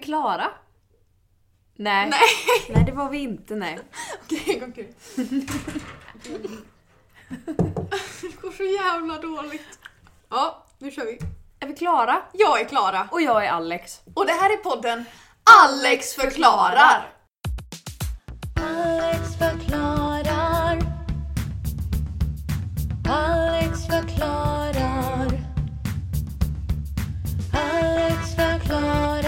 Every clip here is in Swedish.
Klara? Nej. Nej. Nej, det var vi inte nej. Okej, gång till. Det går så jävla dåligt. Ja, nu kör vi. Är vi Klara? Jag är Klara Och jag är Alex. och det här är podden Alex förklarar. Alex förklarar. Alex förklarar. Alex förklarar.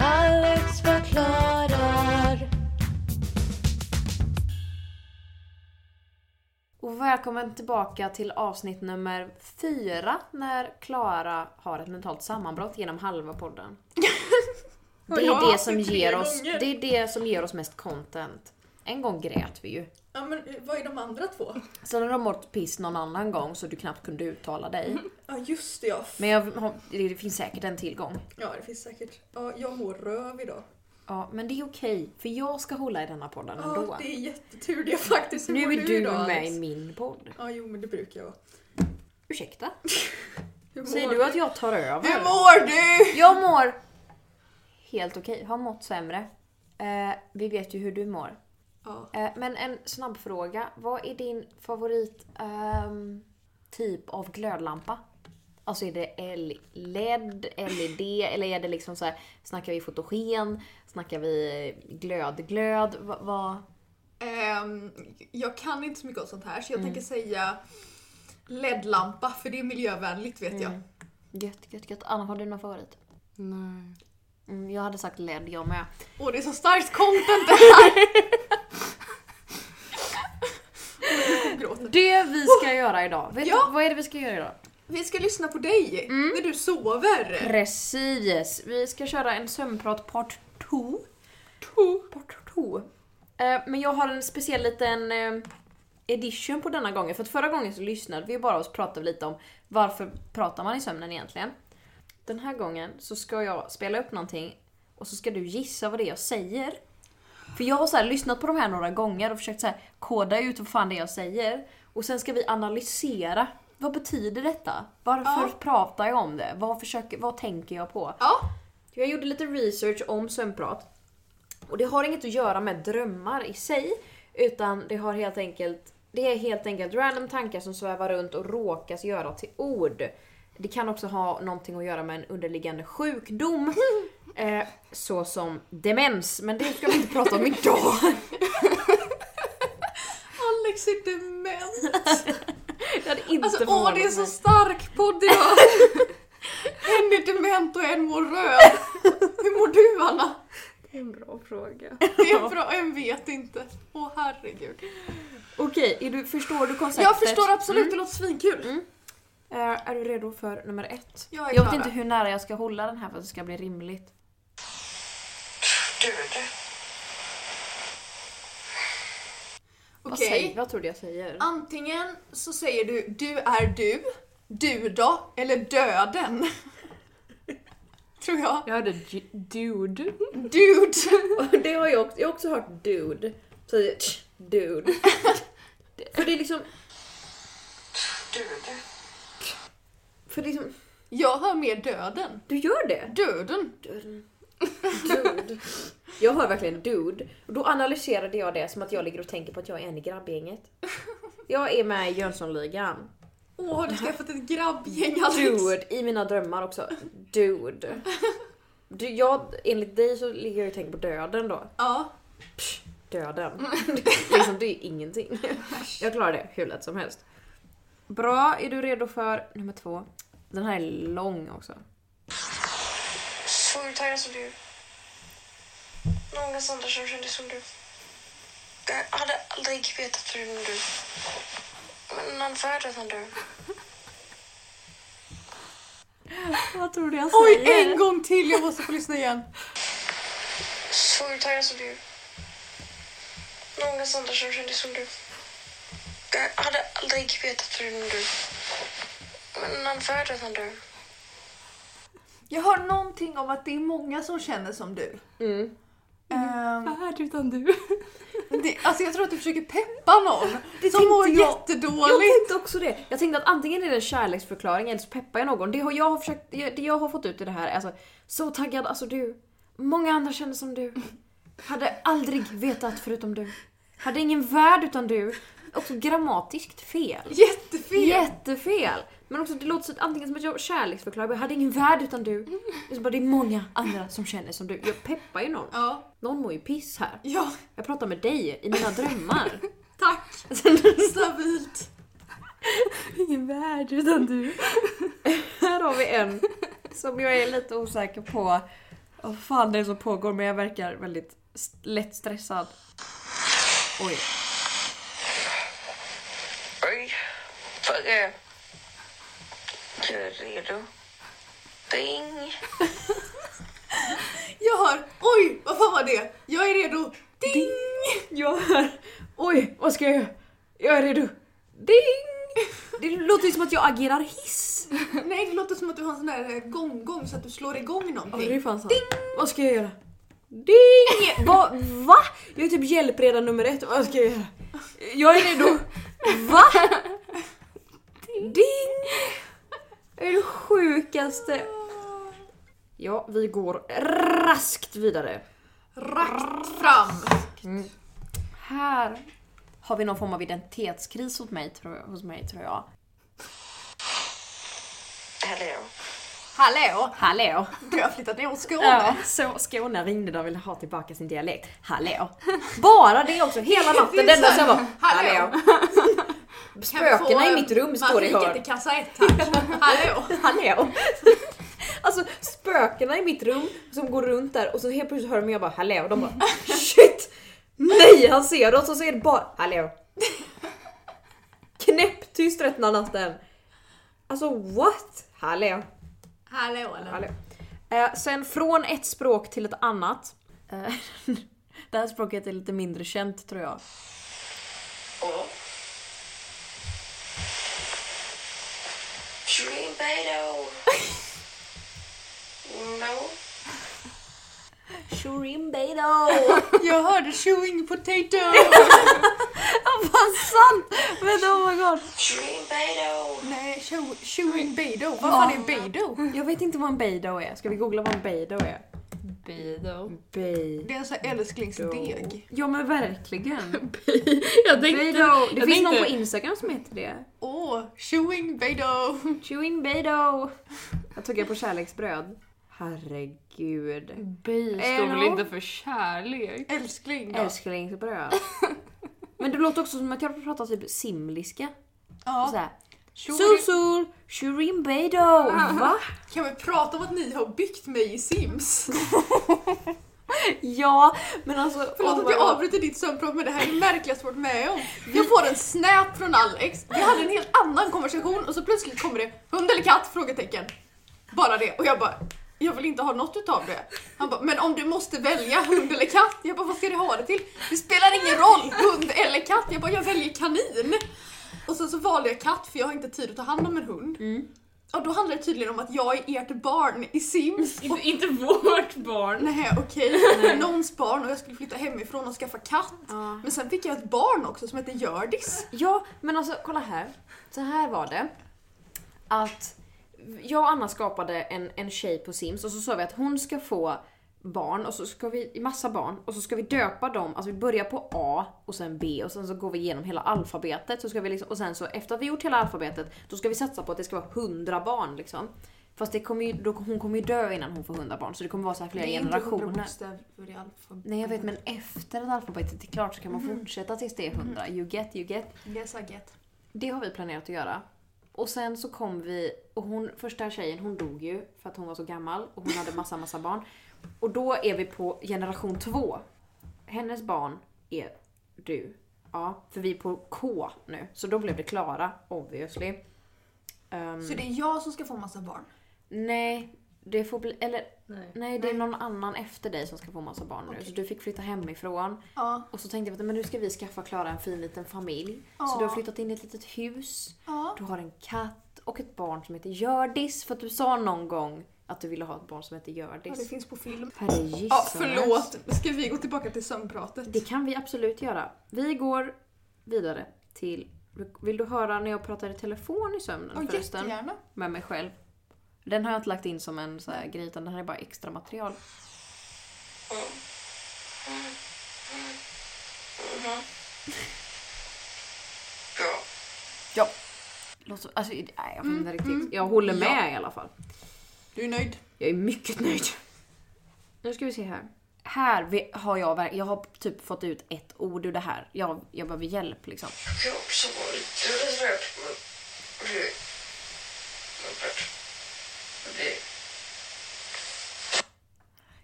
Alex förklarar. Och välkommen tillbaka till avsnitt nummer fyra när Klara har ett mentalt sammanbrott genom halva podden. Det Och jag har är det haft som tre ger oss, gånger. det är det som ger oss mest content. En gång grät vi ju. Ja, men vad är de andra två? Sen har de mått piss någon annan gång så du knappt kunde uttala dig. Ja, just det ja. Men jag, har- det finns säkert en tillgång. Ja, det finns säkert. Ja, jag mår röv idag. Ja, men det är okej. För jag ska hålla i denna podden ändå. Ja, det är jättetur det faktiskt. Hur Nu mår är du idag, med Alex? i min podd. Ja, jo men det brukar jag vara. Ursäkta? Hur Säger mår du att jag tar över? Hur mår du? Jag mår helt okej. Har mått sämre. Eh, vi vet ju hur du mår. Ja. Eh, men en snabb fråga. Vad är din favorit ehm, typ av glödlampa? Alltså är det L- LED, LED eller är det liksom så här, snackar vi fotogen? Snackar vi glöd, glöd? Va, va? Ehm, jag kan inte så mycket om sånt här så jag Mm. tänker säga LED-lampa för det är miljövänligt vet Mm. jag. Gött, gött, gött. Anna, har du någon favorit? Nej. Mm, jag hade sagt LED jag med. Åh det är så starkt content det här! Åh, jag gråter. Det vi ska göra idag. Vet Ja. du, vad är det vi ska göra idag? Vi ska lyssna på dig Mm. när du sover. Precis! Vi ska köra en sömnprat part 2. Part 2. Men jag har en speciell liten eh, edition på denna gången. För att förra gången så lyssnade vi bara och pratade lite om varför pratar man i sömnen egentligen. Den här gången så ska jag spela upp någonting och så ska du gissa vad det är jag säger. För jag har så här lyssnat på de här några gånger och försökt så här koda ut vad fan det är jag säger. Och sen ska vi analysera. Vad betyder detta? Varför Ja. pratar jag om det? Vad, försöker, vad tänker jag på? Ja, Jag gjorde lite research om sömnprat. Och det har inget att göra med drömmar i sig. Utan det har helt enkelt Det är helt enkelt random tankar som svävar runt och råkas göra till ord. Det kan också ha någonting att göra med en underliggande sjukdom. Eh, så som demens. Men det ska vi inte prata om idag. Alex är dement. Det hade inte Alltså åh förvånat det är så mig. stark podd idag. en är dement och en mår röd. Hur mår du Anna? en bra fråga. Det är bra, en vet inte. Åh herregud. Okej, är du, förstår du konceptet? Jag förstår absolut, Mm. det låter svinkul. Eh, är du redo för nummer ett? Jag är jag vet klar. inte hur nära jag ska hålla den här för att det ska bli rimligt. Vad, Okej, säger, vad tror du jag säger? antingen så säger du du är du, du då, eller döden. Tror jag. Jag hörde dude. Dude. Det har jag också, jag har också hört dude. Så jag, tch, dude. För det är liksom... För det är liksom... Jag hör mer döden. Du gör det? Döden. Dude. Jag hör verkligen dude. Och då analyserade jag det som att jag ligger och tänker på att jag är en i grabbgänget. Jag är med i Jönssonligan. Åh, har du skaffat ett grabbgäng Alex? Dude, i mina drömmar också. Dude. Du, jag, enligt dig så ligger jag och tänker på döden då. Ja. döden. liksom, det är ju ingenting. Jag klarar det hur lätt som helst. Bra, är du redo för nummer två? Den här är lång också. Så taggad som alltså du. Många andra som kände som du. Jag hade aldrig vetat hur du. Men han föddes han du. Vad tror du jag Oj, en gång till! Jag måste få lyssna igen. Så taggad som alltså du. Många andra som kände som du. Jag hade aldrig vetat hur du. Men han föddes han du. Jag hör någonting om att det är många som känner som du. Mm. Ehm, Värd utan du. det, alltså jag tror att du försöker peppa någon som tänkte mår jag- Jag jättedåligt. tänkte också det. Jag tänkte att antingen är det en kärleksförklaring eller så peppar jag någon. Det har jag har försökt, det jag har fått ut i det här är alltså, så taggad, alltså du. Många andra känner som du. Hade aldrig vetat förutom du. Hade ingen värld utan du. Också grammatiskt fel. Jättefel! Jättefel! Men också det låter så, antingen som att jag kärleksförklarar, men jag hade ingen värld utan du. Det är, så bara, det är många andra som känner som du. Jag peppar ju någon. Ja. Någon mår ju piss här. Ja, Jag pratar med dig i mina drömmar. tack. Stabilt. Ingen värld utan du. Här har vi en som jag är lite osäker på vad fan det är som pågår men jag verkar väldigt st- lätt stressad. Oj. Oj, Fagge. Du är redo. Ding. Jag hör, oj, vad fan var det? Jag är redo. Ding! Jag hör... Oj, vad ska jag göra? Jag är redo. Ding! Det låter ju som att jag agerar hiss. Nej, det låter som att du har en sån där eh, gång-gång så att du slår igång Ja, det är någonting. fan sant. Vad ska jag göra? Ding! Va? Va? Jag är typ hjälpreda nummer ett. Vad ska jag göra? Jag är redo. Va? Ding! Det är det sjukaste. Ja, vi går raskt vidare. Rakt fram. Här har vi någon form av identitetskris hos mig, tror jag. Hos mig, tror jag. Hallå. Hallå! Hallå! Du har flyttat ner åt Skåne. Ja, så Skåne ringde och ville ha tillbaka sin dialekt. Hallå! Bara det också, hela natten. Det är Den där så som här, var hallå. hallå! Kan vi få, Spökena i eh, mitt rum står i Marika hörn. till kassa ett tack. Hallå! Hallå! Alltså spökena i mitt rum som går runt där och så helt plötsligt hör de mig jag bara hallå och de bara shit! Nej han ser oss och så är det bara hallå! Knäpptyst rätt av natten. Alltså what? Hallå! Hallå eller? Hallå. Eh, sen från ett språk till ett annat. Eh, det här språket är lite mindre känt tror jag. Och? Dream Beto. No. Shorimbedo! Jag hörde chewing potato! Vad sant! Vänta oh my god. Dream Beto. Nej, chew, chewing bedo. Vad fan är bedo? Jag vet inte vad en beido är. Ska vi googla vad en beido är? Bido. Beido. Det är en sån här älsklingsdeg. Ja men verkligen. Jag Beido. tänkte... Det jag finns någon på tänkte- Instagram som heter det. Åh, chewing bedo! Chewing beido. Jag tog det på kärleksbröd. Herregud. Bi står väl inte för kärlek? Älskling då. Älsklingsbröd. Men det låter också som att jag pratar typ simliska. Ja. Såhär. Chewing- Susul, Shirin Beido. Va? Kan vi prata om att ni har byggt mig i Sims? Ja, men alltså... Förlåt oh att jag my God. avbryter ditt sömnprat men det här är det märkligaste jag varit med om. Jag får en snap från Alex, vi hade en helt annan konversation och så plötsligt kommer det hund eller katt? Frågetecken. Bara det. Och jag bara, jag vill inte ha något utav det. Han bara, men om du måste välja hund eller katt? Jag bara, vad ska du ha det till? Det spelar ingen roll, hund eller katt. Jag bara, jag väljer kanin. Och sen så valde jag katt för jag har inte tid att ta hand om en hund. Mm. Och då handlar det tydligen om att jag är ert barn i Sims. Inte, inte vårt barn. Nej okej, någons barn och jag skulle flytta hemifrån och skaffa katt. Ja. Men sen fick jag ett barn också som hette Hjördis. Ja, men alltså kolla här. Så här var det. Att jag och Anna skapade en, en tjej på Sims och så sa vi att hon ska få barn och så ska vi, massa barn, och så ska vi döpa dem, alltså vi börjar på A och sen B och sen så går vi igenom hela alfabetet så ska vi liksom, och sen så efter att vi gjort hela alfabetet då ska vi satsa på att det ska vara 100 barn liksom. Fast det kommer ju, då, hon kommer ju dö innan hon får 100 barn så det kommer vara så här flera generationer. Nej jag vet men efter att alfabetet är klart så kan man fortsätta tills det är 100. You get, you get. Yes I get. Det har vi planerat att göra. Och sen så kom vi, och hon, första tjejen hon dog ju för att hon var så gammal och hon hade massa massa barn. Och då är vi på generation två. Hennes barn är du. Ja, för vi är på K nu. Så då blev det Klara, obviously. Ehm, Så det är jag som ska få massa barn? nej, det får bli, eller Nej. nej det är någon annan efter dig som ska få massa barn nu. Okej. Så du fick flytta hemifrån. Ja. Och så tänkte jag att men nu ska vi skaffa Klara en fin liten familj. Så du Ja. har flyttat in i ett litet hus. ja. Du har en katt och ett barn som heter Hjördis för att du sa någon gång att Att du ville ha ett barn som hette Ja, det Hjördis. finns på film. Herre Ja, gissanes. förlåt. Ska vi gå tillbaka till sömnpratet? Det kan vi absolut göra. Vi går vidare till... Vill du höra när jag pratar i telefon i sömnen Ja, förresten? jättegärna. Med mig själv. Den har jag inte lagt in som en så här grej utan den här är bara extra material. Ja. Ja. Låter, alltså, nej, jag Mm, vet inte riktigt. Jag håller med i alla fall. Du är nöjd? Jag är mycket nöjd. Nu ska vi se här. Här vi- har jag verk- Jag har typ fått ut ett ord ur det här. Jag, jag behöver hjälp liksom. Jag har också varit trött på mig. Jag blir... Jag blir...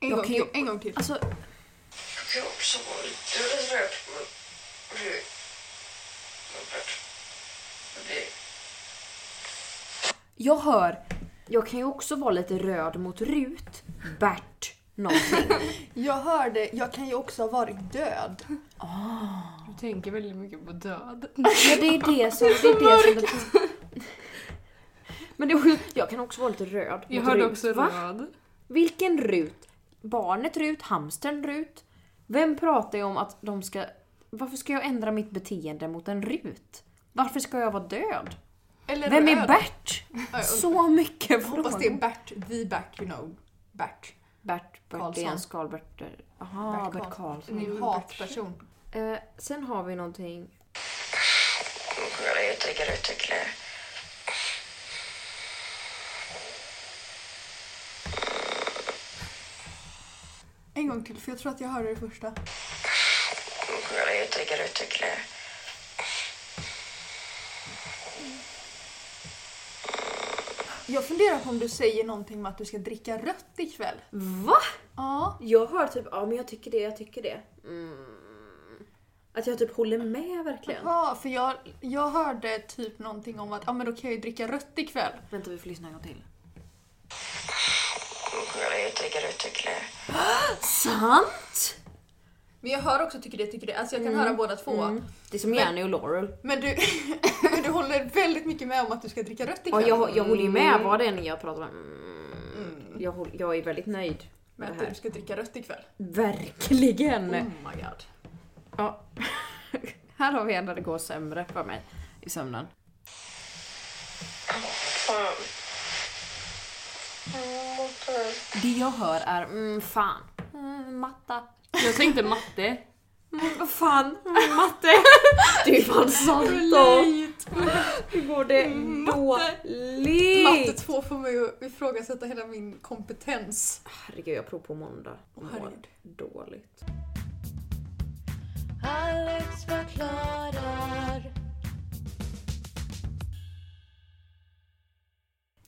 En, Jag gång kan till, ju- en gång till. Alltså, Jag har också varit trött på mig. Jag blir... Jag blir... jag hör... Jag kan ju också vara lite röd mot Rut. Bert. Någonting. Jag hörde, jag kan ju också ha varit död. Du tänker väldigt mycket på död. Ja, det är det som... Det är det som det, men det, jag kan också vara lite röd Jag mot hörde Rut. också Va? röd. Vilken Rut? Barnet Rut? Hamstern Rut? Vem pratar jag om att de ska... Varför ska jag ändra mitt beteende mot en Rut? Varför ska jag vara död? Eller Vem röd. är Bert? Ja, jag Så mycket frågor. Hoppas det är Bert, the Bert, you know. Bert. Bert, Bert Karlsson. Jens Karlbert... Aha, Bert Bert Karlsson. Karlsson. En hatperson. Eh, sen har vi någonting... Kolla, jag tänker utveckla... En gång till, för jag tror att jag hörde det första. Kolla, jag tänker utveckla... Jag funderar på om du säger någonting med att du ska dricka rött ikväll. Va? Ja. Jag hör typ ja men jag tycker det, jag tycker det. Mm. Att jag typ håller med verkligen. Ja, för jag, jag hörde typ någonting om att ja men då kan jag ju dricka rött ikväll. Vänta vi får lyssna en gång till. Kolla, jag tänker utveckla... Sant! Men jag hör också tycker det, tycker det. Alltså jag kan höra båda två. Det är som Jenny och Laurel. Men du, men du håller väldigt mycket med om att du ska dricka rött Ja, ikväll. jag, jag håller ju Mm. med vad det än jag pratar om. Mm. Jag, håll, jag är väldigt nöjd med Med det att du här. ska dricka rött ikväll. Verkligen! Oh my god. Ja. här har vi en där det går sämre för mig i sömnen. Fan. Mm, Det jag hör är mm, fan. Mm, matta. Jag tänkte matte. Mm, Vad fan, Mm, matte. Det är fan sant då. Hur går det Mm, Matte dåligt? 2 får mig att ifrågasätta hela min kompetens. Herregud, jag prov på måndag. Åh, Mår herregud. dåligt. Alex förklarar.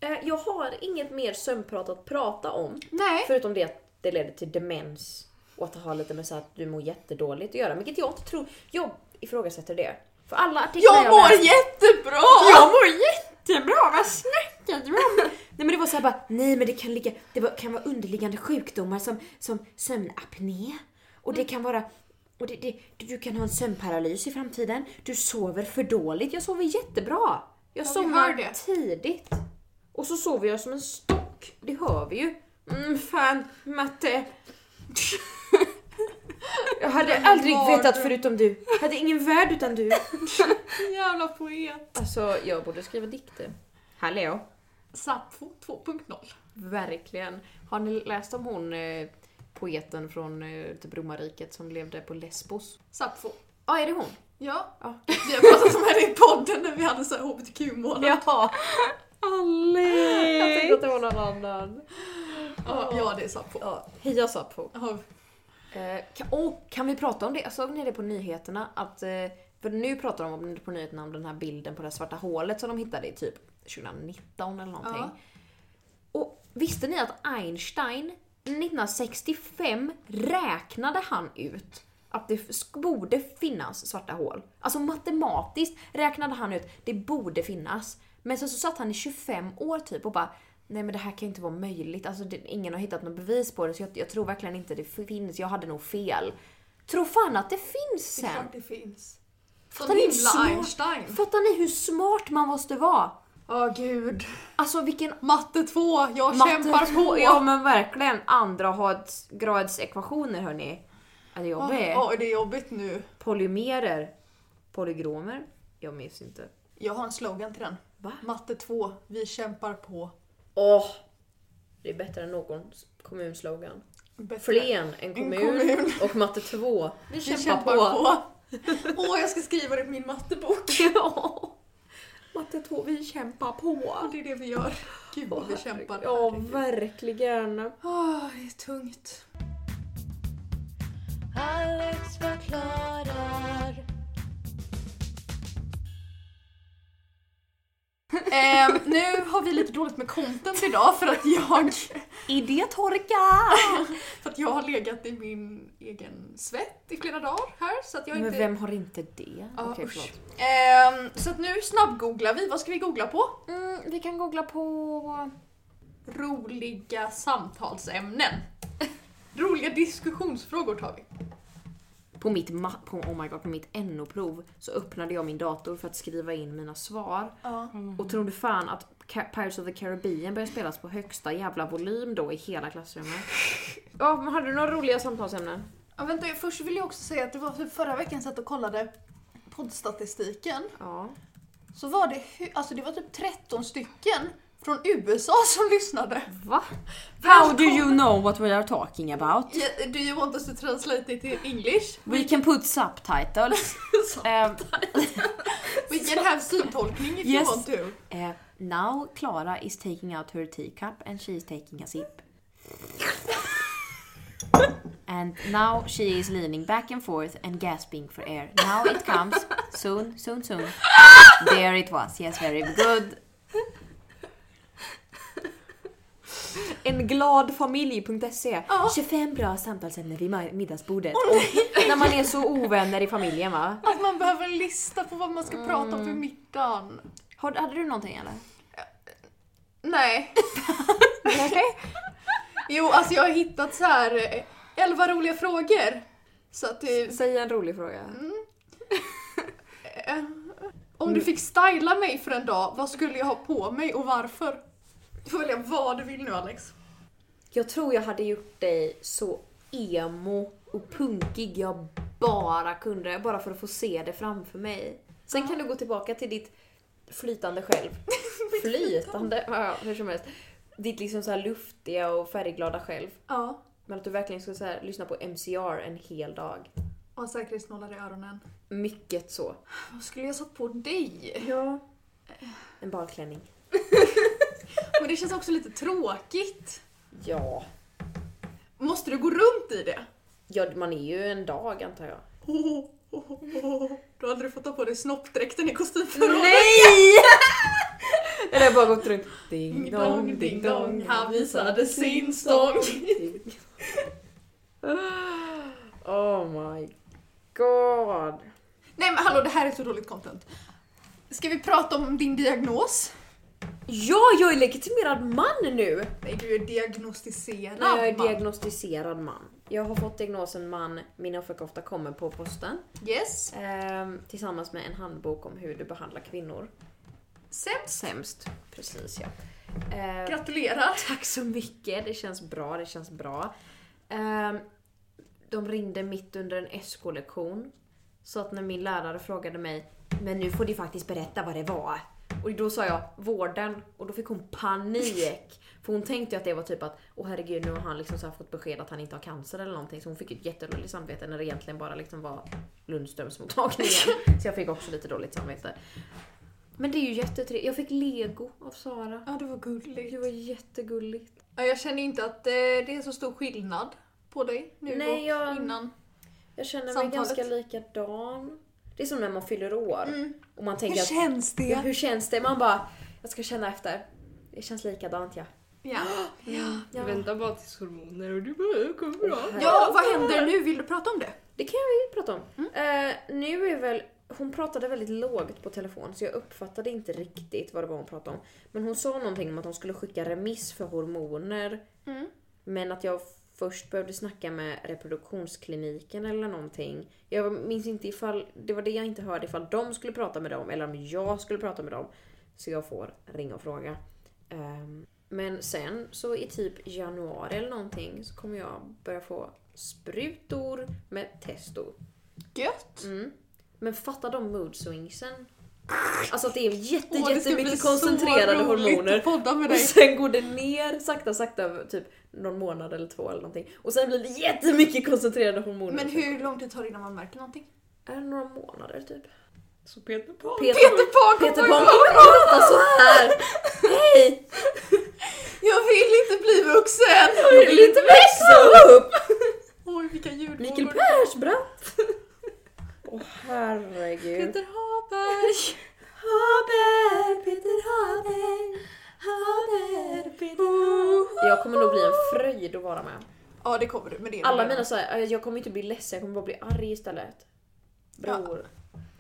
Eh, Jag har inget mer sömnprat att prata om. Nej. Förutom det att det leder till demens och att det har lite med så här att du mår jättedåligt att göra. Vilket jag inte tror... Jag ifrågasätter det. För alla artiklar Jag mår läst- jättebra! Jag mår jättebra! Vad snackar du om? Nej men det var såhär bara, nej men det kan, ligga, det var- kan vara underliggande sjukdomar som, som sömnapné. Och det kan vara, och det, det, du kan ha en sömnparalys i framtiden. Du sover för dåligt. Jag sover jättebra. Jag vi hör somnar det. tidigt. Och så sover jag som en stock. Det hör vi ju. Mm, fan, matte. Jag hade aldrig mardröm. vetat förutom du. Jag hade ingen värld utan du. Jävla poet. Alltså jag borde skriva dikter. Hallå. Sappho 2.0. Verkligen. Har ni läst om hon eh, poeten från eh, typ romarriket som levde på Lesbos? Sappho. Ja, är det hon? Ja. Ja. Vi har pratat om henne i podden när vi hade så här hbtq-mål. Jaha. Alex! Jag tänkte att det var någon annan. Ja, ja, det är Sappho. Ja. Heja Sappho. Eh, kan, oh, kan vi prata om det? Jag Såg ni det på nyheterna? Att, eh, för nu pratar de om, på nyheterna om den här bilden på det här svarta hålet som de hittade i typ 2019 eller någonting. Och visste ni att Einstein 1965 räknade han ut att det sk- borde finnas svarta hål. Alltså matematiskt räknade han ut det borde finnas. Men sen så satt han i 25 år typ och bara Nej men det här kan ju inte vara möjligt. Alltså det, ingen har hittat något bevis på det så jag, jag tror verkligen inte det finns. Jag hade nog fel. Tror fan att det finns Det är sen! klart det finns. Fattar ni, hur smart, Einstein. fattar ni hur smart man måste vara? Åh gud. Alltså vilken Matte 2, jag matte kämpar två- på. Ja men verkligen. Andra had- gradsekvationer hörni. Ja, Det är Ja, jobbigt. det är jobbigt nu. Polymerer. Polygromer. Jag minns inte. Jag har en slogan till den. Va? Matte 2, vi kämpar på. Åh! det är bättre än någon kommunslogan. Bättre. Flen, en kommun, kommun. och matte 2. Vi Vi kämpar, kämpar på. på. Åh, jag ska skriva det på min mattebok. Ja. Matte 2, vi kämpar på. Ja, det är det vi gör. Gud vad vi kämpar. Ja, verkligen. Åh, det är tungt. Alex förklarar. Ehm, nu har vi lite dåligt med content idag för att jag, Idétorka! för att jag har legat i min egen svett i flera dagar här. Så att jag Men inte... vem har inte det? Ja, Okej, usch. förlåt. Ehm, så att nu snabbgooglar vi. Vad ska vi googla på? Mm, vi kan googla på... Roliga samtalsämnen. Roliga diskussionsfrågor tar vi. På mitt, ma- på, oh my God, på mitt NO-prov så öppnade jag min dator för att skriva in mina svar. Och trodde fan att Ca- Pirates of the Caribbean började spelas på högsta jävla volym då i hela klassrummet. Ja, men hade du några roliga samtalsämnen? Ja, vänta, först vill jag också säga att det var för förra veckan satt och kollade poddstatistiken. Ja. Så var det, hu- alltså det var typ 13 stycken från USA som lyssnade. Va? How do you know what we are talking about? Yeah, Do you want us to translate it in English? We can put subtitles. Eh, We can have syntolkning Yes. if you want to. eh, now Clara is taking out her teacup and she is taking a sip. And now she is leaning back and forth and gasping for air. Now it comes. Soon, soon, soon. There it was. Yes, very good. Engladfamilj.se 25 E. bra samtalsämnen vid middagsbordet. när man är så ovänner i familjen va? Att man behöver en lista på vad man ska prata om för middagen. Har, hade du någonting eller? Nej. jo, alltså jag har hittat så här eh, 11 roliga frågor. Så att det, Säg en rolig fråga. eh, om du fick styla mig för en dag, vad skulle jag ha på mig och varför? Du får välja vad du vill nu Alex. Jag tror jag hade gjort dig så emo och punkig jag bara kunde. Bara för att få se det framför mig. Sen kan du gå tillbaka till ditt flytande själv. flytande? Ja, ja, hur som helst. Ditt liksom så här luftiga och färgglada själv. Ja. Men att du verkligen skulle så här, lyssna på MCR en hel dag. Och ha säkerhetsnålar i öronen. Mycket så. Vad skulle jag satt på dig? Ja. En balklänning. Men det känns också lite tråkigt. Ja. Måste du gå runt i det? Ja, man är ju en dag antar jag. Oh, oh, oh. Du har aldrig fått ta på dig snoppdräkten i kostymförrådet? Nej! Eller jag bara gått runt. Ding Dong, ding dong, han visade sin stång. Oh my god. Nej men hallå, det här är så dåligt content. Ska vi prata om din diagnos? Ja, jag är legitimerad man nu! Nej, du är diagnostiserad. Nej, jag är man. diagnostiserad man. Jag har fått diagnosen man, min offerkofta kommer på posten. yes. Ehm, tillsammans med en handbok om hur du behandlar kvinnor. Sämst. Sämst. Precis ja. Ehm, Gratulerar. Tack så mycket, det känns bra, det känns bra. Ehm, de ringde mitt under en SK-lektion. Så att när min lärare frågade mig “Men nu får du faktiskt berätta vad det var” och då sa jag “vården” och då fick hon panik. För hon tänkte ju att det var typ att “Åh herregud, nu har han liksom så här fått besked att han inte har cancer” eller någonting. Så hon fick ett jättedåligt samvete när det egentligen bara liksom var Lundströmsmottagningen. så jag fick också lite dåligt samvete. Men det är ju jättetrevligt. Jag fick lego av Sara. Ja, det var Det gulligt. var jättegulligt. Ja, jag känner inte att eh, det är så stor skillnad på dig nu Nej, och jag- innan. Jag känner mig Samtalet. ganska likadan. Det är som när man fyller år. Och man tänker att, känns ja, hur känns det? Man bara, jag ska känna efter. Det känns likadant ja. Ja. Ja. Ja. Vänta bara tills hormoner och du bara kommer bra. ja, vad händer nu? Vill du prata om det? Det kan vi prata om. Eh, nu är väl, hon pratade väldigt lågt på telefon så jag uppfattade inte riktigt vad det var hon pratade om. Men hon sa någonting om att hon skulle skicka remiss för hormoner. Men att jag först behövde snacka med reproduktionskliniken eller någonting. Jag minns inte ifall, det var det jag inte hörde, ifall de skulle prata med dem eller om jag skulle prata med dem. Så jag får ringa och fråga. Ehm, men sen så i typ januari eller någonting så kommer jag börja få sprutor med testo. Gött! Mm. Men fatta de mood swingsen. Alltså att det är jätte, Åh, det ska bli jättemycket så koncentrerade roligt hormoner. att podda med Och dig. sen går det ner sakta sakta typ någon månad eller två eller någonting. Och sen blir det jättemycket koncentrerade hormoner. Men hur lång tid tar det innan man märker någonting? Är det några månader typ? Så Peter Pan. Peter, Peter Pan kom Peter på Pan kommer prata så här. Hej! Jag vill inte bli vuxen! Jag vill inte växa upp! Oj vilka ljud. Mikael Persbrandt! Åh herregud. Peter Haberg! Haber, Peter Haber, Haber, Peter Haber. Jag kommer nog bli en fröjd att vara med. Ja det kommer du, men det är Alla det. mina såhär, jag kommer inte bli ledsen, jag kommer bara bli arg istället. Bror.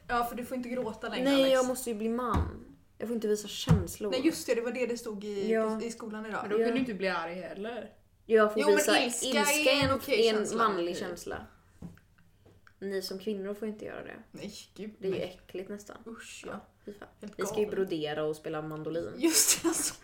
Ja för du får inte gråta längre Nej Alex. jag måste ju bli man. Jag får inte visa känslor. Nej just det, det var det det stod i, Ja. i skolan idag. Men då kan du inte bli arg heller. Jag får Jo, men visa ilska ilska, är en är en, okej är en känsla. manlig känsla. Ni som kvinnor får inte göra det. Nej gud. Det är ju nej. äckligt nästan. Usch ja. Fy fan. Helt Vi ska ju galet. brodera och spela mandolin. Just det, alltså.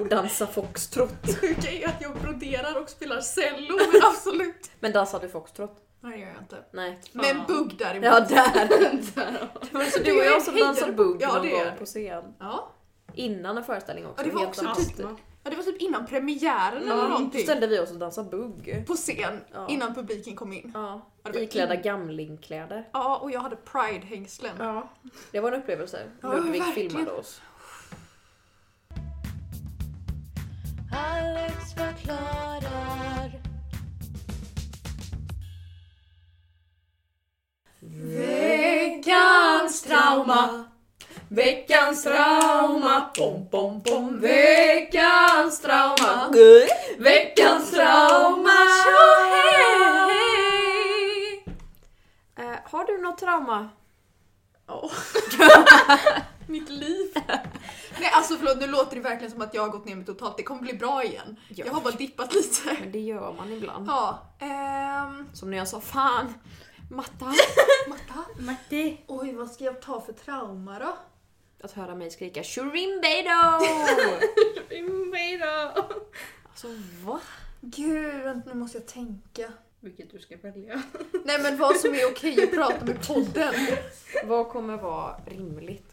Och dansa foxtrot. Det sjuka är att jag broderar och spelar cello, men absolut. Men dansar du foxtrot? Nej det gör jag inte. Nej. Men bugg däremot. Ja, där! Ja. Det var så Du du och Alltså, är jag som hejar. dansade bugg Ja, någon det är gång det. på scen. Ja. Innan en föreställning också. Ja, det var helt också fantastiskt. typ- ja, det var typ innan premiären eller Ja, då någonting. ställde vi oss och dansade bugg. På scen, Ja. innan publiken kom in. Ja. Ja, det var- Iklädda gamlingkläder. Ja, och jag hade pride-hängslen. Ja. Det var en upplevelse. Ja, Ludvig verkligen. filmade oss. Alex förklarar. Veckans trauma. Veckans trauma, pom pom pom. Veckans trauma. Veckans trauma. Eh, har du något trauma? Mitt liv. Nej alltså förlåt, nu låter det verkligen som att jag har gått ner mig totalt. Det kommer bli bra igen. Ja. Jag har bara dippat lite. Men det gör man ibland. Ja, ehm... Som när jag sa fan, Matta. Matta? Matti. Oj, vad ska jag ta för trauma då? Att höra mig skrika Shurimbeido! Invader. alltså va? Gud, vänta, nu måste jag tänka. Vilket du ska välja. Nej men vad som är okej att prata med podden. Vad kommer vara rimligt?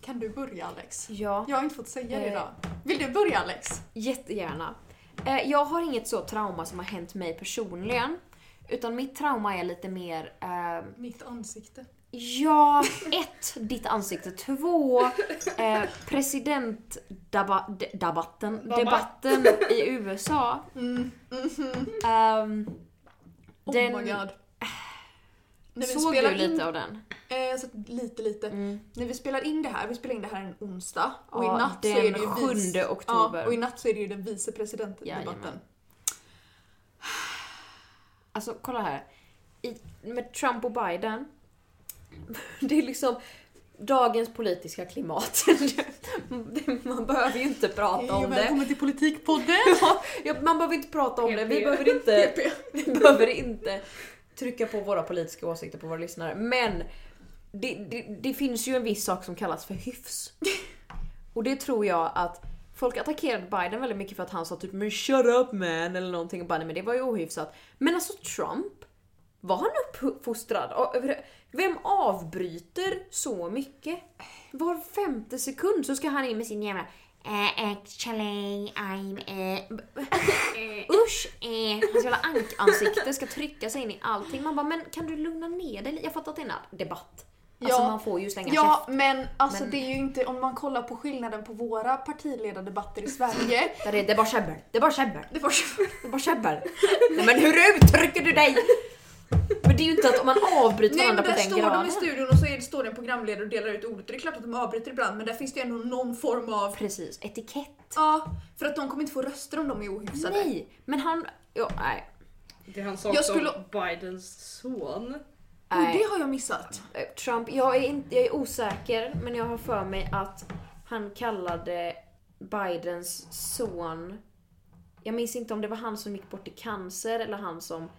Kan du börja Alex? Ja, Jag har inte fått säga det Eh. idag. Vill du börja Alex? jättegärna. Eh, Jag har inget så trauma som har hänt mig personligen. Utan mitt trauma är lite mer eh, Mitt ansikte. Ja, ett, ditt ansikte. Två, eh, presidentdebatten debatten i USA. Mm. Ehm, Oh Den- my god. När vi såg spelar du lite in, av den? eh, så lite lite. När vi spelar in det här, vi spelar in det här en onsdag. Och Mm. Ja, i natt den så är det ju vice- 7 oktober. Ja, och i natt så är det ju den vice presidentdebatten. Jajamän. Alltså kolla här. I, med Trump och Biden. Det är liksom dagens politiska klimat. Det- Man behöver ju inte prata Hej om och det. välkommen till Politikpodden! Ja, Man behöver inte prata om det. Vi PP. behöver inte, vi behöver inte trycka på våra politiska åsikter på våra lyssnare. Men det, det, det finns ju en viss sak som kallas för hyfs. Och det tror jag att folk attackerade Biden väldigt mycket för att han sa typ “men shut up man” eller någonting och bara “nej men det var ju ohyfsat”. Men alltså Trump, var han uppfostrad? Och över- Vem avbryter så mycket? Var femte sekund så ska han in med sin jävla eh, “actually I'm eh, Usch! Eh, hans jävla ankansikte ska trycka sig in i allting. Man bara, men kan du lugna ner dig? Jag fattar att det är en debatt. Alltså Ja. man får ju slänga Ja men alltså Men- det är ju inte, om man kollar på skillnaden på våra partiledardebatter i Sverige. käften. Det är bara käbbel, det är bara käbbel, det var så- det är bara käbbel. Nej men hur uttrycker du dig? Men det är ju inte att om man avbryter Nej varandra men på där den står de i graden. studion och så är det, står det en programledare och delar ut ordet. Det är klart att de avbryter ibland men där finns det ju ändå någon form av... Precis, etikett. Ja, för att de kommer inte få röster om de är ohyfsade. Nej, men han... Ja, nej. Det han sa Jag också skulle- om Bidens son. Och nej. det har jag missat. Eh, Trump, jag är, inte, jag är osäker men jag har för mig att han kallade Bidens son, jag minns inte om det var han som gick bort i cancer eller han som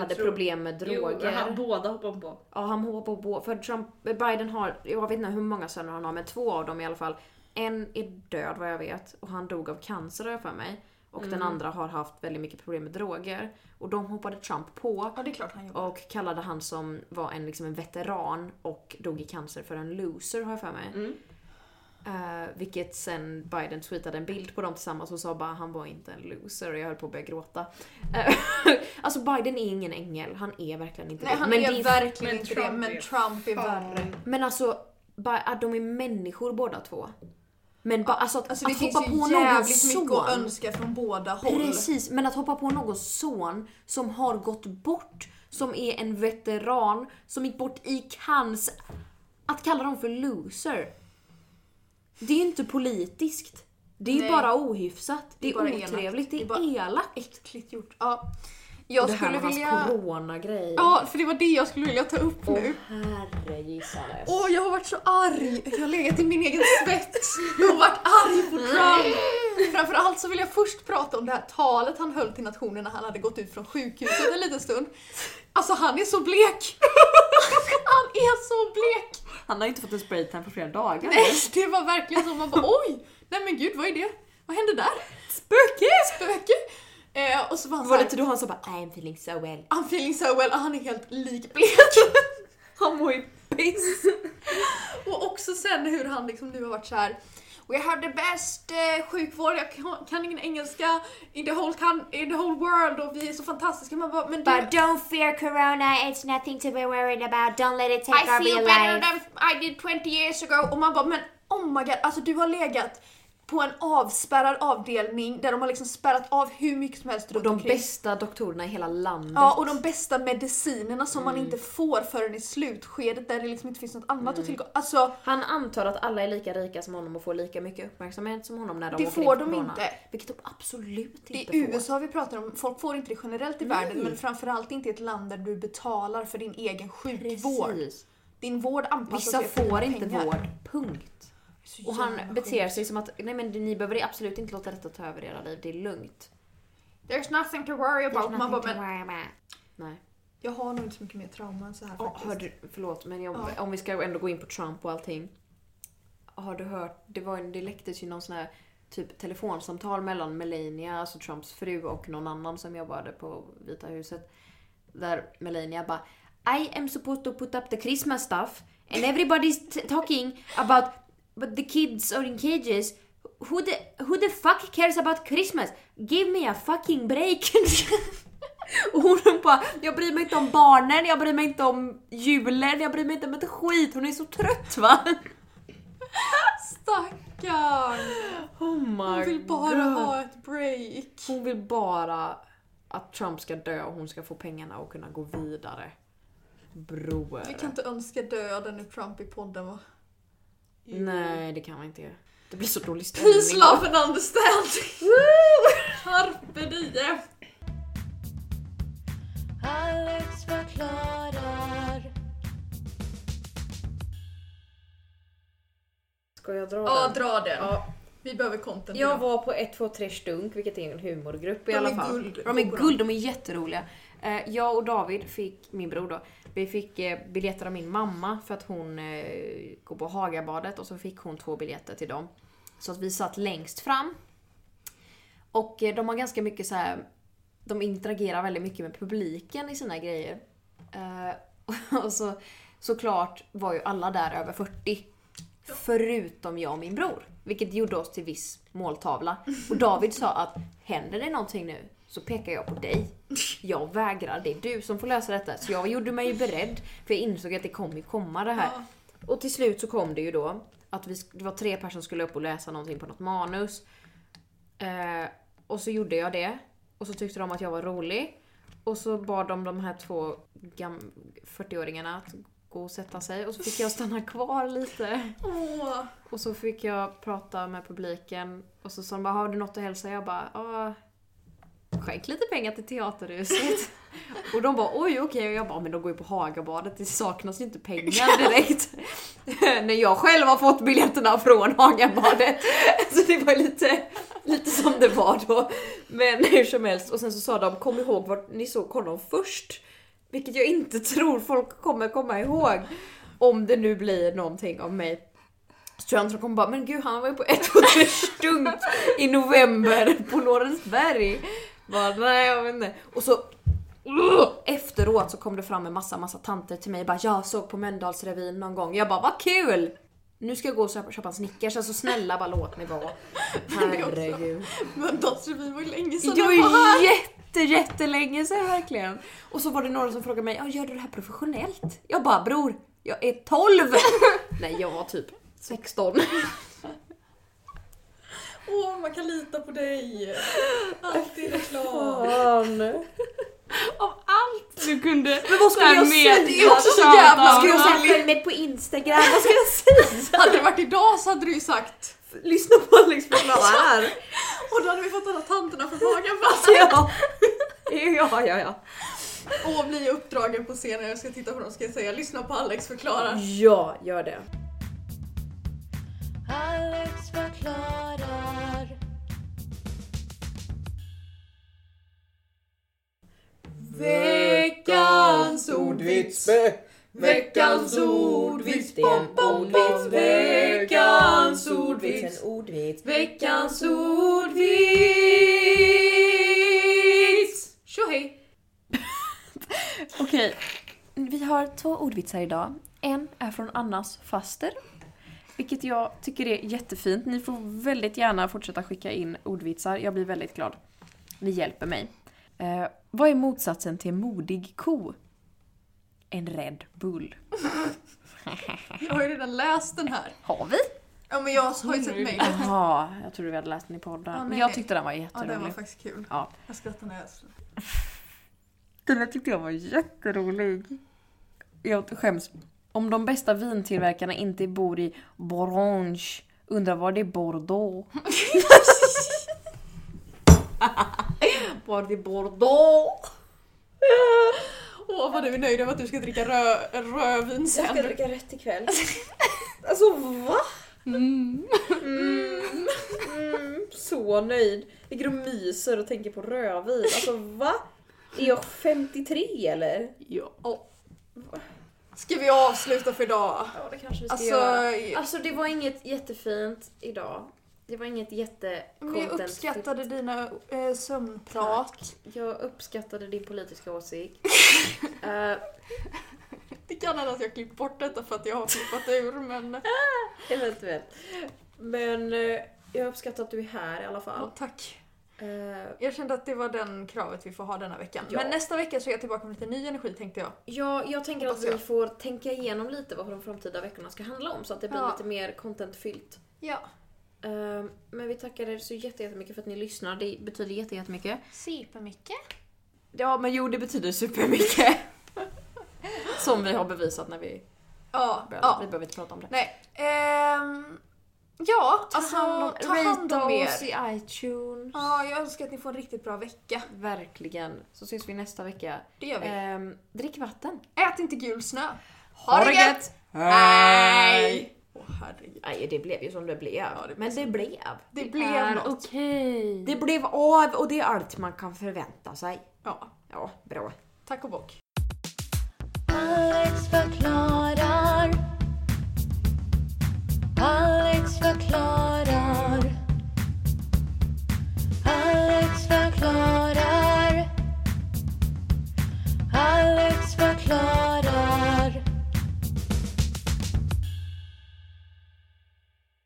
hade tror- problem med droger. Jo, han, båda hoppade på. Ja, han hoppar på. För Trump, Biden har, jag vet inte hur många söner han har, men två av dem i alla fall. En är död vad jag vet och han dog av cancer har jag för mig. Och Mm. den andra har haft väldigt mycket problem med droger. Och de hoppade Trump på Ja, det är klart han gjorde. och kallade han som var en, liksom en veteran och dog i cancer för en loser har jag för mig. Mm. Eh, vilket sen Biden tweetade en bild på dem tillsammans och sa bara han var inte en loser och jag höll på att börja gråta. Eh, alltså Biden är ingen ängel, han är verkligen inte Nej, det. han Men är det är verkligen men inte det, Trump men är Trump är Fan. värre. Men alltså, bara, att de är människor båda två. Men bara, alltså, att, Alltså det att finns hoppa på ju någon jävligt mycket att son. önska från båda håll. Precis, men att hoppa på någon son som har gått bort, som är en veteran, som gick bort i cancer. Att kalla dem för loser. Det är ju inte politiskt. Det är ju Nej. bara ohyfsat. Det är, bara elakt. otrevligt. Det Det är är, bara- elakt. Äckligt gjort. Ja. Jag det här skulle med hans vilja... coronagrej. Ja, för det var det jag skulle vilja ta upp Åh nu. herre gissanes. Åh, jag har varit så arg! Jag har legat i min egen svett och varit arg på Trump! Framförallt så vill jag först prata om det här talet han höll till nationen när han hade gått ut från sjukhuset en liten stund. Alltså han är så blek! Han är så blek! Han har inte fått en spraytan på flera dagar. Nej, det var verkligen så. Man bara oj! Nej men gud, vad är det? Vad hände där? Spöke! Spöke? Eh, och så var han Var det såhär, inte då han sa bara I'm feeling so well? I'm feeling so well, och han är helt likblek. Han mår ju piss! Och också sen hur han liksom nu har varit så här. We have the best eh, sjukvård, jag kan, kan ingen engelska in the, whole can, in the whole world och vi är så fantastiska. Man bara, men du, But don't fear corona, it's nothing to be worried about. Don't let it take I our feel real better life. than I did 20 years ago. Och man bara, men oh my god, alltså du har legat på en avspärrad avdelning där de har liksom spärrat av hur mycket som helst runt De omkring. bästa doktorerna i hela landet. Ja, och de bästa medicinerna som Mm. man inte får förrän i slutskedet där det liksom inte finns något annat att Mm. tillgå. Alltså, Han antar att alla är lika rika som honom och får lika mycket uppmärksamhet som honom när de Det åker får in på de corona. inte. Vilket de absolut det inte är får. USA vi pratar om. Folk får inte det generellt i världen, Nej. men framförallt inte i ett land där du betalar för din egen sjukvård. Precis. Din vård anpassas Vissa efter dina får inte pengar. vård, punkt. Så Och jävla han sjukt. beter sig som att nej men ni behöver absolut inte låta detta ta över era liv, det är lugnt. There's nothing to worry about. Man bara, men Nej. jag har nog inte så mycket mer trauma än så här Ja, faktiskt. har du, förlåt, men jag, Ja. om vi ska ändå gå in på Trump och allting. Har du hört, det, var, en- det läcktes ju någon sån här typ telefonsamtal mellan Melania, alltså Trumps fru och någon annan som jobbade på Vita huset. Där Melania bara I am supposed to put up the Christmas stuff and everybody's t- talking about but the kids are in cages. Who the, who the fuck cares about Christmas? Give me a fucking break! Och hon bara, jag bryr mig inte om barnen, jag bryr mig inte om julen, jag bryr mig inte om ett skit. Hon är så trött va? Stackarn! Oh my Hon vill bara ha ett break. Hon vill bara att Trump ska dö och hon ska få pengarna och kunna gå vidare. Bror. Vi kan inte önska döden nu Trump i podden va? Nej det kan man inte göra. Det blir så dålig stämning. Peace, love and understanding! Carpe diem! Alex förklarar. Ska jag dra Ja, den? dra den. Vi behöver content Jag idag. var på 123 Stunk, vilket är en humorgrupp i De alla är fall. guld. de är guld, de är jätteroliga. Eh, Jag och David fick, min bror då, vi fick eh, biljetter av min mamma för att hon eh, går på Hagabadet och så fick hon två biljetter till dem. Så att vi satt längst fram. Och eh, de har ganska mycket så här. de interagerar väldigt mycket med publiken i sina grejer. Eh, Och så såklart var ju alla där över 40. Förutom jag och min bror. Vilket gjorde oss till viss måltavla. Och David sa att händer det någonting nu så pekar jag på dig. Jag vägrar, det är du som får lösa detta. Så jag gjorde mig ju beredd. För jag insåg att det kommer ju komma det här. Och till slut så kom det ju då att vi, sk- det var tre personer som skulle upp och läsa någonting på något manus. Eh, och så gjorde jag det. Och så tyckte de att jag var rolig. Och så bad de de här två gam- 40-åringarna att gå och sätta sig. Och så fick jag stanna kvar lite. Åh. Och så fick jag prata med publiken och så sa de bara “Har du något att hälsa?” Jag bara “Ja, skänk lite pengar till Teaterhuset. och de bara oj okej och jag bara men de går ju på Hagabadet, det saknas ju inte pengar direkt. När jag själv har fått biljetterna från Hagabadet. Så det var lite, lite som det var då. Men hur som helst och sen så sa de kom ihåg vart ni såg honom först. Vilket jag inte tror folk kommer komma ihåg. Om det nu blir någonting av mig så tror jag inte de kommer bara, men gud han var ju på ett hotell stunk i november på Lorensberg. Bara, nej jag vet inte. Och så uh, efteråt så kom det fram en massa massa tanter till mig bara, jag såg på Mölndalsrevyn någon gång. Jag bara, vad kul! Nu ska jag gå och köpa köpa en Snickers, alltså snälla bara låt mig vara. Herregud. Men Dansrevyn var ju länge sedan Det var den var här. ju jätte, jättelänge sedan verkligen. Och så var det några som frågade mig, "Ja, gör du det här professionellt? Jag bara, bror, jag är 12! Nej, jag var typ 16. Åh, man kan lita på dig! Allt är klart. Av allt du kunde. Men vad skulle jag säga? Det är också så jävla Ska jag säga roligt. Följ mig på Instagram. Vad ska Hade det varit idag så hade du ju sagt Lyssna på Alex förklarar. och då hade vi fått alla tanterna från Hagabadet. ja. ja, ja, ja. Och blir jag uppdragen på scenen och jag ska titta på dem ska jag säga lyssna på Alex förklara. Ja, gör det. Alex förklarar. Veckans ordvits. Veckans ordvits, bom, bom, vits, veckans ordvits, veckans ordvits. Tjohej! Okej, vi har två ordvitsar idag. En är från Annas faster. Vilket jag tycker är jättefint. Ni får väldigt gärna fortsätta skicka in ordvitsar. Jag blir väldigt glad. Ni hjälper mig. Eh, vad är motsatsen till en modig ko? En rädd bull. Jag har ju redan läst den här. Mm. Har vi? Ja men jag har ju sett mejlet. Jaha, jag trodde vi hade läst den i podden. Ja, Men nej, jag nej. tyckte den var Ja den var jätterolig. faktiskt kul. Ja. Jag skrattar när jag läser den. Den här tyckte jag var jätterolig. Jag skäms. Om de bästa vintillverkarna inte bor i Borange, undrar var det är Bordeaux? var det Bordeaux? Åh vad du är nöjd över att du ska dricka rö rödvin sen. dricka rött ikväll. Alltså va? Så nöjd. Ligger och myser och tänker på rödvin. Alltså va? Är jag 53 eller? Ja. Ska vi avsluta för idag? Ja det kanske vi ska Alltså, göra. Alltså det var inget jättefint idag. Det var inget men jag jättecontentfritt. uppskattade dina eh, sömnprat. Jag uppskattade din politiska åsikt. Eh, Det kan hända att jag klippt bort detta för att jag har klippat ur men... eventuellt. Men eh, jag uppskattar att du är här i alla fall. Ja, tack. Eh, Jag kände att det var den kravet vi får ha denna veckan. Ja. Men nästa vecka så är jag tillbaka med lite ny energi tänkte jag. ja, jag tänker att Hoppas jag. vi får tänka igenom lite vad de framtida veckorna ska handla om så att det blir Ja. lite mer contentfyllt. Ja. Eh, men vi tackar er så jätte- jättemycket för att ni lyssnar. Det betyder jätte- jättemycket. Supermycket. Ja, men jo, det betyder supermycket. Som vi har bevisat när vi Ja. började. Vi ja. behöver inte prata om det. Nej. Ehm, ja, alltså ta hand om er. oss i iTunes. Ja, jag önskar att ni får en riktigt bra vecka. Verkligen. Så ses vi nästa vecka. Det gör vi. Ehm, drick vatten. Ät inte gul snö. Ha, det gött! Hej! Åh herregud. Nej, det blev ju som det blev. det blev Men det blev. Det blev är något. okej. Det blev av och det är allt man kan förvänta sig. Ja, Ja, bra. tack och bock.